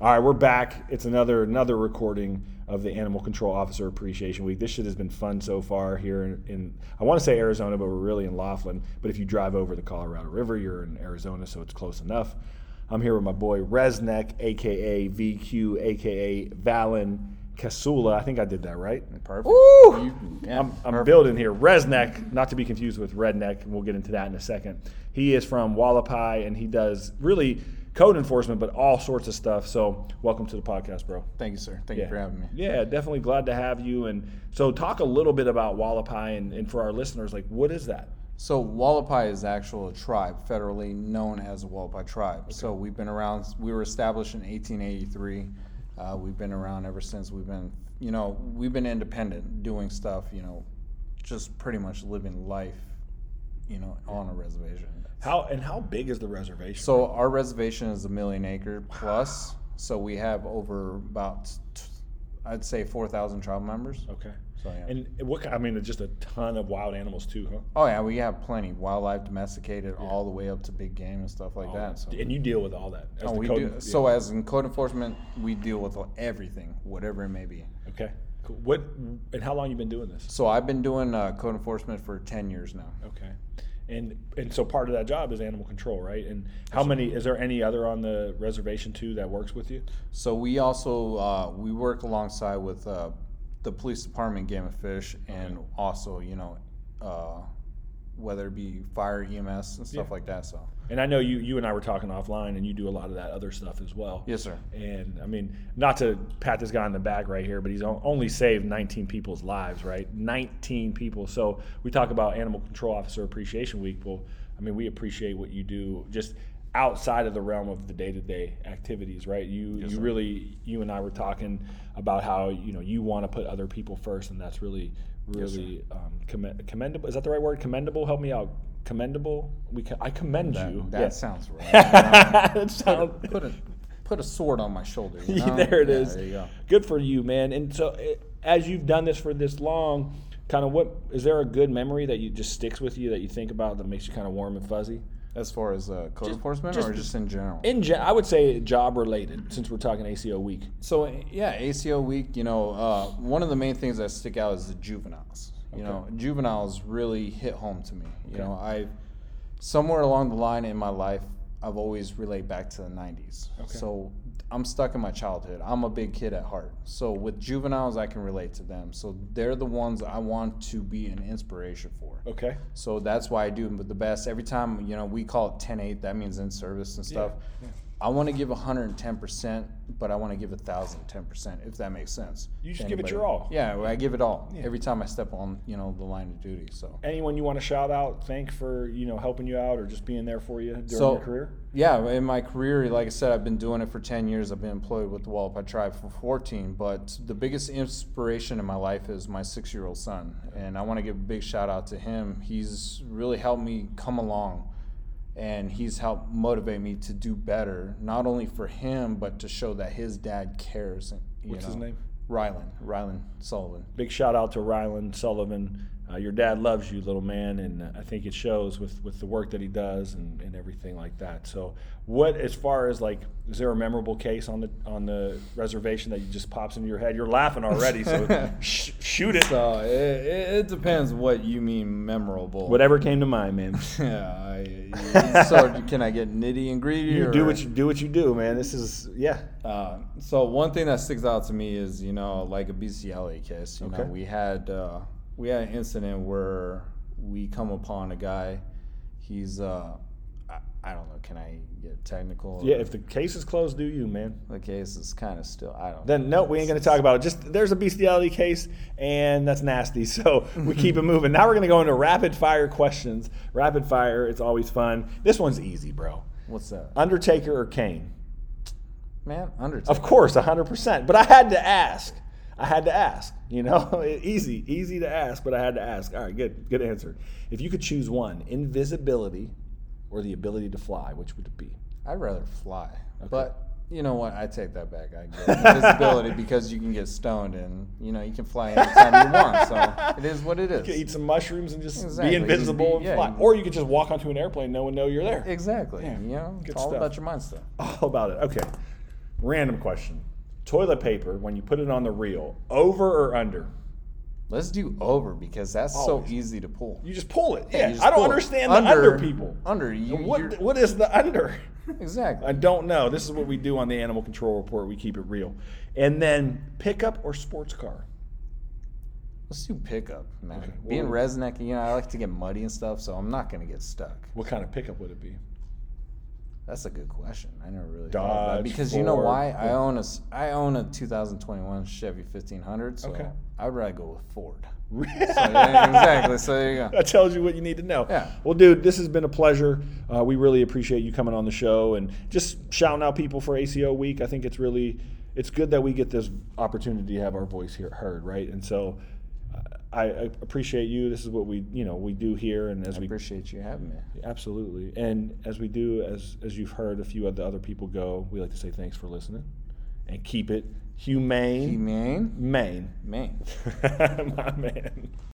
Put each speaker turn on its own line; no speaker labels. All right, we're back. It's another another recording of the Animal Control Officer Appreciation Week. This shit has been fun so far here in, in I want to say Arizona, but we're really in Laughlin. But if you drive over the Colorado River, you're in Arizona, so it's close enough. I'm here with my boy Resnick, aka VQ, aka Valen Casula. I think I did that right.
Perfect.
Woo!
You- yeah.
I'm, I'm building here. Resneck, not to be confused with Redneck, and we'll get into that in a second. He is from Wallapai, and he does really code enforcement, but all sorts of stuff. So, welcome to the podcast, bro.
Thank you, sir. Thank you for having me.
Yeah, definitely glad to have you. And so, talk a little bit about Wallapai, and, and for our listeners, like, what is that?
So Wallapai is actual a tribe, federally known as the Wallapai tribe. So we've been around. We were established in 1883. Uh, we've been around ever since. We've been, you know, we've been independent, doing stuff. You know, just pretty much living life. You know, on a reservation.
How and how big is the reservation?
So our reservation is a million acre plus. So we have over about, t- I'd say, four thousand tribe members.
okay.
So yeah.
And what? ki- I mean, just a ton of wild animals too, huh?
Oh yeah, we have plenty wildlife domesticated all the way up to big game and stuff like that. So
And you deal with all that. as
Oh,
Oh, the
we
code-
do. So as in code enforcement, we deal with everything, whatever it may be.
Okay. Cool. What? And how long you been doing this?
So I've been doing uh, code enforcement for ten years now.
Okay. And and so part of that job is animal control, right? And how many is there any other on the reservation too that works with you?
So we also uh, we work alongside with uh, the police department, Game of Fish, and also you know, uh, whether it be fire, EMS, and stuff like that. So
And I know you you and I were talking offline and you do a lot of that other stuff as well.
yes, sir.
And I mean, not to pat this guy on the back right here, but he's on- only saved 19 people's lives, right? 19 people. So we talk about Animal Control Officer Appreciation Week. Well, I mean, we appreciate what you do just outside of the realm of the day-to-day activities, right? You you really you and I were talking about how you know you want to put other people first, and that's really really um, commend, commendable. Is that the right word? Commendable. Help me out. Commendable. We ca- I commend you.
That
Yes.
sounds right.
It sounds-
put a put a sword on my shoulder. you
Oh, Yeah,
know?
there it
Yeah,
is.
There you go.
Good for you, man. And so, eh, as you've done this for this long, kind of what is there a good memory that you just sticks with you that you think about that makes you kind of warm and fuzzy?
As far as uh, code enforcement,
just-
or just in general?
In gen- I would say job related, since we're talking ACO week.
So yeah, ACO week. You know, uh, one of the main things that stick out is the juveniles. You know, juveniles really hit home to me. You know, I somewhere along the line in my life, I've always relayed back to the '90s. So I'm stuck in my childhood. I'm a big kid at heart. So with juveniles, I can relate to them. So they're the ones I want to be an inspiration for.
Okay.
So that's why I do the best. Every time, you know, we call it 10 8, that means in service and stuff. I want to give 110%, but I want to give 1,010%, if that makes sense.
You just
to
give it
anybody.
your all.
Yeah, well, I give it all every time I step on, you know, the line of duty. So,
Anyone you want to shout out, thank for you know helping you out or just being there for you during
So-
your career?
yeah, in my career, like I said, I've been doing it for 10 years. I've been employed with the Wallapai Tribe for 14, but the biggest inspiration in my life is my six year old son. And I want to give a big shout out to him. He's really helped me come along. and he's helped motivate me to do better, not only for him, but to show that his dad cares. And, you
What's his
know,
name?
Rylan. Rylan Sullivan.
Big shout out to Rylan Sullivan. Uh, your dad loves you, little man, and uh, I think it shows with, with the work that he does and, and everything like that. So, what as far as like, is there a memorable case on the on the reservation that you just pops into your head? You're laughing already, so sh- shoot it.
So it, it, it depends what you mean memorable.
Whatever came to mind, man.
Yeah. I- so can I get nitty and gritty?
You
or?
do what you do what you do, man. This is yeah.
Uh, so one thing that sticks out to me is you know like a BCLA case. You
Okay.
know we had uh, we had an incident where we come upon a guy. He's uh, I, I don't know. Can I get technical?
Yeah, if the case is closed, do you, man.
the case is kind of still. I don't.
Then no, we ain't gonna talk about it. Just there's a bestiality case, and that's nasty. So we keep it moving. Now we're gonna go into rapid fire questions. Rapid fire, it's always fun. This one's easy, bro.
What's that,
Undertaker or Kane?
man? Undertaker.
Uh, Of course, hundred percent. But I had to ask. I had to ask. You know, E, easy, easy to ask, but I had to ask. All right, good, good answer. If you could choose one, invisibility or the ability to fly, which would it be?
I'd rather fly, but you know what? I take that back. I get invisibility because you can get stoned and you know you can fly anytime you want. So it is what it
You could
is.
eat some mushrooms and just
Exactly.
be invisible
You'd be-
and
yeah,
fly,
you-
or you could just walk onto an airplane, no one know you're there.
Exactly. You know,
Good
it's all
stuff.
about your mind stuff.
all about it. Okay. Random question. Toilet paper, when you put it on the reel, over or under?
Let's do over because that's
Always.
so easy to pull.
You just pull it.
Yeah,
Yeah,
you just
I don't
pull it.
understand the
Under-
under people.
under, you-
what
you're-
what is the under?
Exactly.
I don't know. This is what we do on the animal control report. We keep it real. And then pickup or sports car.
Let's do pickup, man.
Okay, well-
Being Resnick, you know, I like to get muddy and stuff, so I'm not gonna get stuck.
What kind of pickup would it be?
That's a good question. I never really thought about
Dodge,
it. because you know
Ford.
why? I own a s- I own a 2021 Chevy 1500, so
Okay.
I'd rather go with Ford. So, yeah, exactly. So there you go.
that tells you what you need to know.
Yeah.
Well, dude, this has been a pleasure. Uh, we really appreciate you coming on the show and just shouting out people for ACO Week. I think it's really it's good that we get this opportunity to have our voice here heard, right? And so uh, I, I appreciate you. This is what we you know we do here, and as
I
we
appreciate you having me.
absolutely and as we do as as you've heard a few of the other people go, we like to say thanks for listening and keep it humane,
Humane,
humane.
Maine.
My man.